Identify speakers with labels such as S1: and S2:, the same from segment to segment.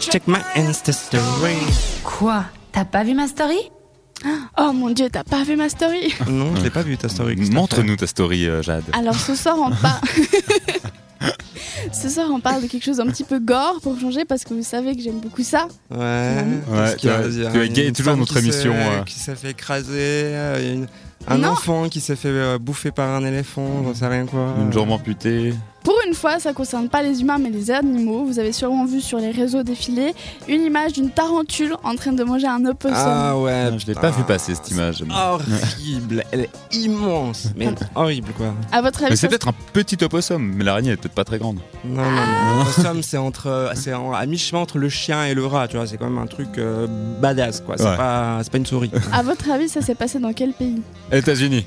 S1: Check my Insta story.
S2: Quoi T'as pas vu ma story
S3: Oh mon dieu, t'as pas vu ma story
S1: Non, je l'ai pas vu ta story. Christophe.
S4: Montre-nous ta story, euh, Jade.
S3: Alors ce soir on parle... ce soir on parle de quelque chose un petit peu gore pour changer parce que vous savez que j'aime beaucoup ça.
S1: Ouais.
S4: Ouais, tu vois, tu vois, Gay est toujours
S1: femme
S4: notre
S1: qui
S4: émission,
S1: s'est-
S4: euh.
S1: Qui s'est fait écraser. euh, il y a une- Un
S3: Non.
S1: enfant qui s'est fait euh, bouffer par un éléphant, j'en sais rien quoi.
S4: Une jambe amputée.
S3: Pour une fois, ça concerne pas les humains mais les animaux. Vous avez sûrement vu sur les réseaux défiler une image d'une tarentule en train de manger un opossum.
S1: Ah ouais.
S4: je l'ai
S1: putain.
S4: pas vu passer cette image.
S3: Ah,
S1: Horrible. Elle est immense. Mais horrible quoi.
S3: À votre avis,
S4: Mais c'est
S3: ça-
S4: peut-être un petit opossum, mais l'araignée est peut-être pas très grande.
S1: Non, non,
S4: Ah.
S1: non. L'opossum, c'est entre, c'est en- à mi-chemin entre le chien et le rat, tu vois. C'est quand même un truc euh, badass, quoi. C'est
S4: Ouais.
S1: pas, c'est pas une souris.
S3: à votre avis, ça s'est passé dans quel pays
S4: États-Unis.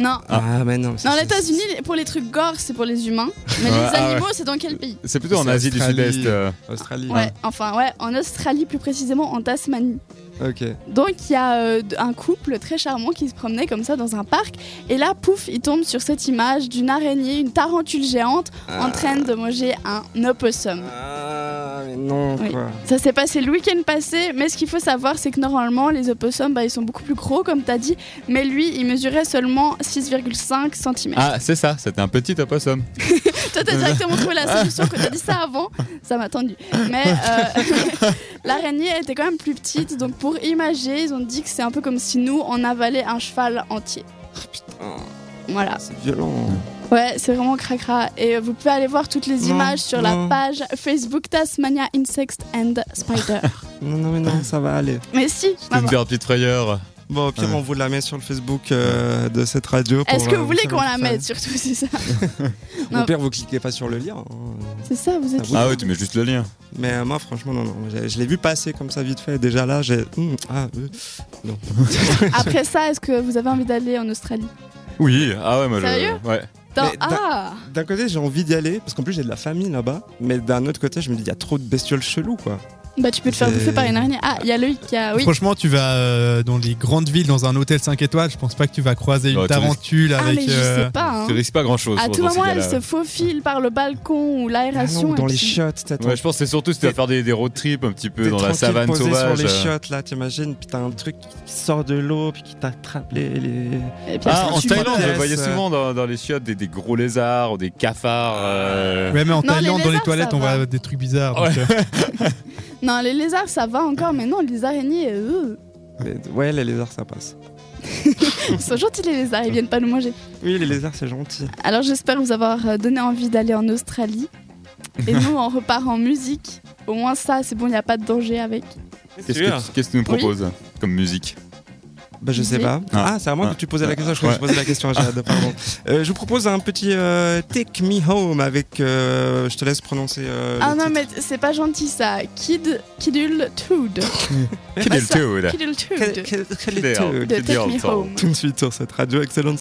S3: Non.
S1: Ah, mais non.
S3: Dans les États-Unis, pour les trucs gore, c'est pour les humains, mais
S4: Ouais,
S3: les
S4: ah
S3: animaux, c'est dans quel pays
S4: C'est plutôt en
S1: C'est
S4: Asie du
S1: Australie.
S4: Sud-Est. euh.
S1: Australie.
S3: Ouais, enfin ouais, en Australie plus précisément en Tasmanie.
S1: Ok.
S3: Donc il y a euh, d- un couple très charmant qui se promenait comme ça dans un parc et là pouf, il tombe sur cette image d'une araignée, une tarentule géante en train de manger un opossum.
S1: Ah, mais non,
S3: Oui.
S1: quoi.
S3: Ça s'est passé le week-end passé, mais ce qu'il faut savoir c'est que normalement les opossums bah, ils sont beaucoup plus gros comme t'as dit, mais lui il mesurait seulement 6,5 cm.
S4: Ah, c'est ça, c'était un petit opossum.
S3: Toi, t'as directement trouvé la solution quand t'as dit ça avant. Ça m'a tendu. Mais euh, l'araignée était quand même plus petite, donc pour imager, ils ont dit que c'est un peu comme si nous, on avalait un cheval entier.
S1: Ah,
S3: Voilà.
S1: c'est violent.
S3: Ouais, c'est vraiment cracra. Et euh, vous pouvez aller voir toutes les
S1: Non,
S3: images sur
S1: non.
S3: la page Facebook Tasmania Insects and Spider.
S1: Non, non, mais non, ça va aller.
S3: Mais si,
S4: Une
S3: maman.
S4: petite frayeur.
S1: Bon, au pire,
S4: Ouais.
S1: on vous la met sur le Facebook euh, de cette radio. pour,
S3: Est-ce que
S1: euh,
S3: vous voulez
S1: faire
S3: qu'on la
S1: une
S3: mette surtout, c'est ça
S1: fan. Au pire, vous cliquez pas sur le lien. hein.
S3: C'est ça, vous êtes
S1: Ah
S4: Ah ouais, tu mets juste le lien.
S1: Mais euh, moi, franchement, non, non. Je, je l'ai vu passer comme ça vite fait. Déjà là, j'ai. Hum, ah, euh.
S3: Après ça, est-ce que vous avez envie d'aller en Australie
S4: Oui, ah ouais, moi je-
S3: Sérieux
S4: ouais.
S3: Dans-
S1: Mais dans-
S3: Ah
S1: D'un côté, j'ai envie d'y aller, parce qu'en plus, j'ai de la famille là-bas. Mais d'un autre côté, je me dis, il y a trop de bestioles cheloues, quoi.
S3: Bah, tu peux te faire
S1: C'est-
S3: bouffer par une araignée. Ah, il y a Loïc qui a. Oui.
S5: Franchement, tu vas euh, dans les grandes villes, dans un hôtel 5 étoiles, je pense pas que tu vas croiser
S4: Ouais, Bah,
S5: une
S4: tu risques-
S5: tarentule
S3: Ah,
S5: avec.
S3: mais je
S5: euh,
S3: sais pas. hein.
S4: Tu risques pas grand chose.
S3: À tout moment, elle se faufile par le balcon ou
S1: Ah
S3: l'aération.
S1: non, dans
S3: et
S1: les
S3: puis-
S1: chiottes, t'as ton
S4: Ouais, je pense que c'est surtout si tu vas faire des, des road trips un petit peu
S1: T'es
S4: dans la
S1: tranquille,
S4: savane
S1: posé
S4: sauvage.
S1: sur les
S4: euh.
S1: chiottes là, t'imagines, puis t'as un truc qui sort de l'eau, puis qui t'attrape les. les-
S3: et puis
S4: Ah,
S3: après,
S4: en
S3: tu-
S4: Thaïlande,
S1: Yes.
S4: je voyais souvent dans, dans les chiottes des, des gros lézards ou des cafards. euh,
S5: Ouais, mais en
S3: Non, les
S5: Thaïlande, dans les
S3: lézards,
S5: toilettes,
S3: ça
S5: on
S3: va.
S5: voit des trucs bizarres. donc, euh,
S3: Non, les lézards, ça va encore, mais non, les araignées, euh,
S1: les- Ouais, les lézards, ça passe.
S3: ils sont gentils les lézards, ils viennent pas nous manger.
S1: Oui, les lézards, c'est gentil.
S3: Alors, j'espère vous avoir euh, donné envie d'aller en Australie. Et nous, on repart en musique. Au moins, ça, c'est bon, il n'y a pas de danger avec.
S4: Euh, Qu'est-ce que, tu- qu'est-ce que tu nous
S3: Oui. Eh
S4: proposes comme musique
S1: Bah, je sais
S3: Oui.
S1: pas.
S4: Ah.
S1: Ah, c'est à moi
S4: Ah.
S1: que tu posais la
S4: Ah.
S1: question, je crois que je posais la question à Jade, pardon. Euh, je vous propose un petit euh, Take Me Home avec. euh, je te laisse prononcer. euh,
S3: Ah
S1: le
S3: non,
S1: titre.
S3: mais t- c'est pas gentil ça. Kid, Kidul Tood.
S4: Quel est le
S3: ben, ça-
S4: théo là
S3: Kidul
S1: Quel-
S3: Tood.
S1: quel- quel est
S4: Quel est
S1: le
S4: le
S1: taux
S3: De
S4: Kidul
S3: Take Me
S4: Tood.
S3: Home.
S1: Tout de suite sur cette radio, excellente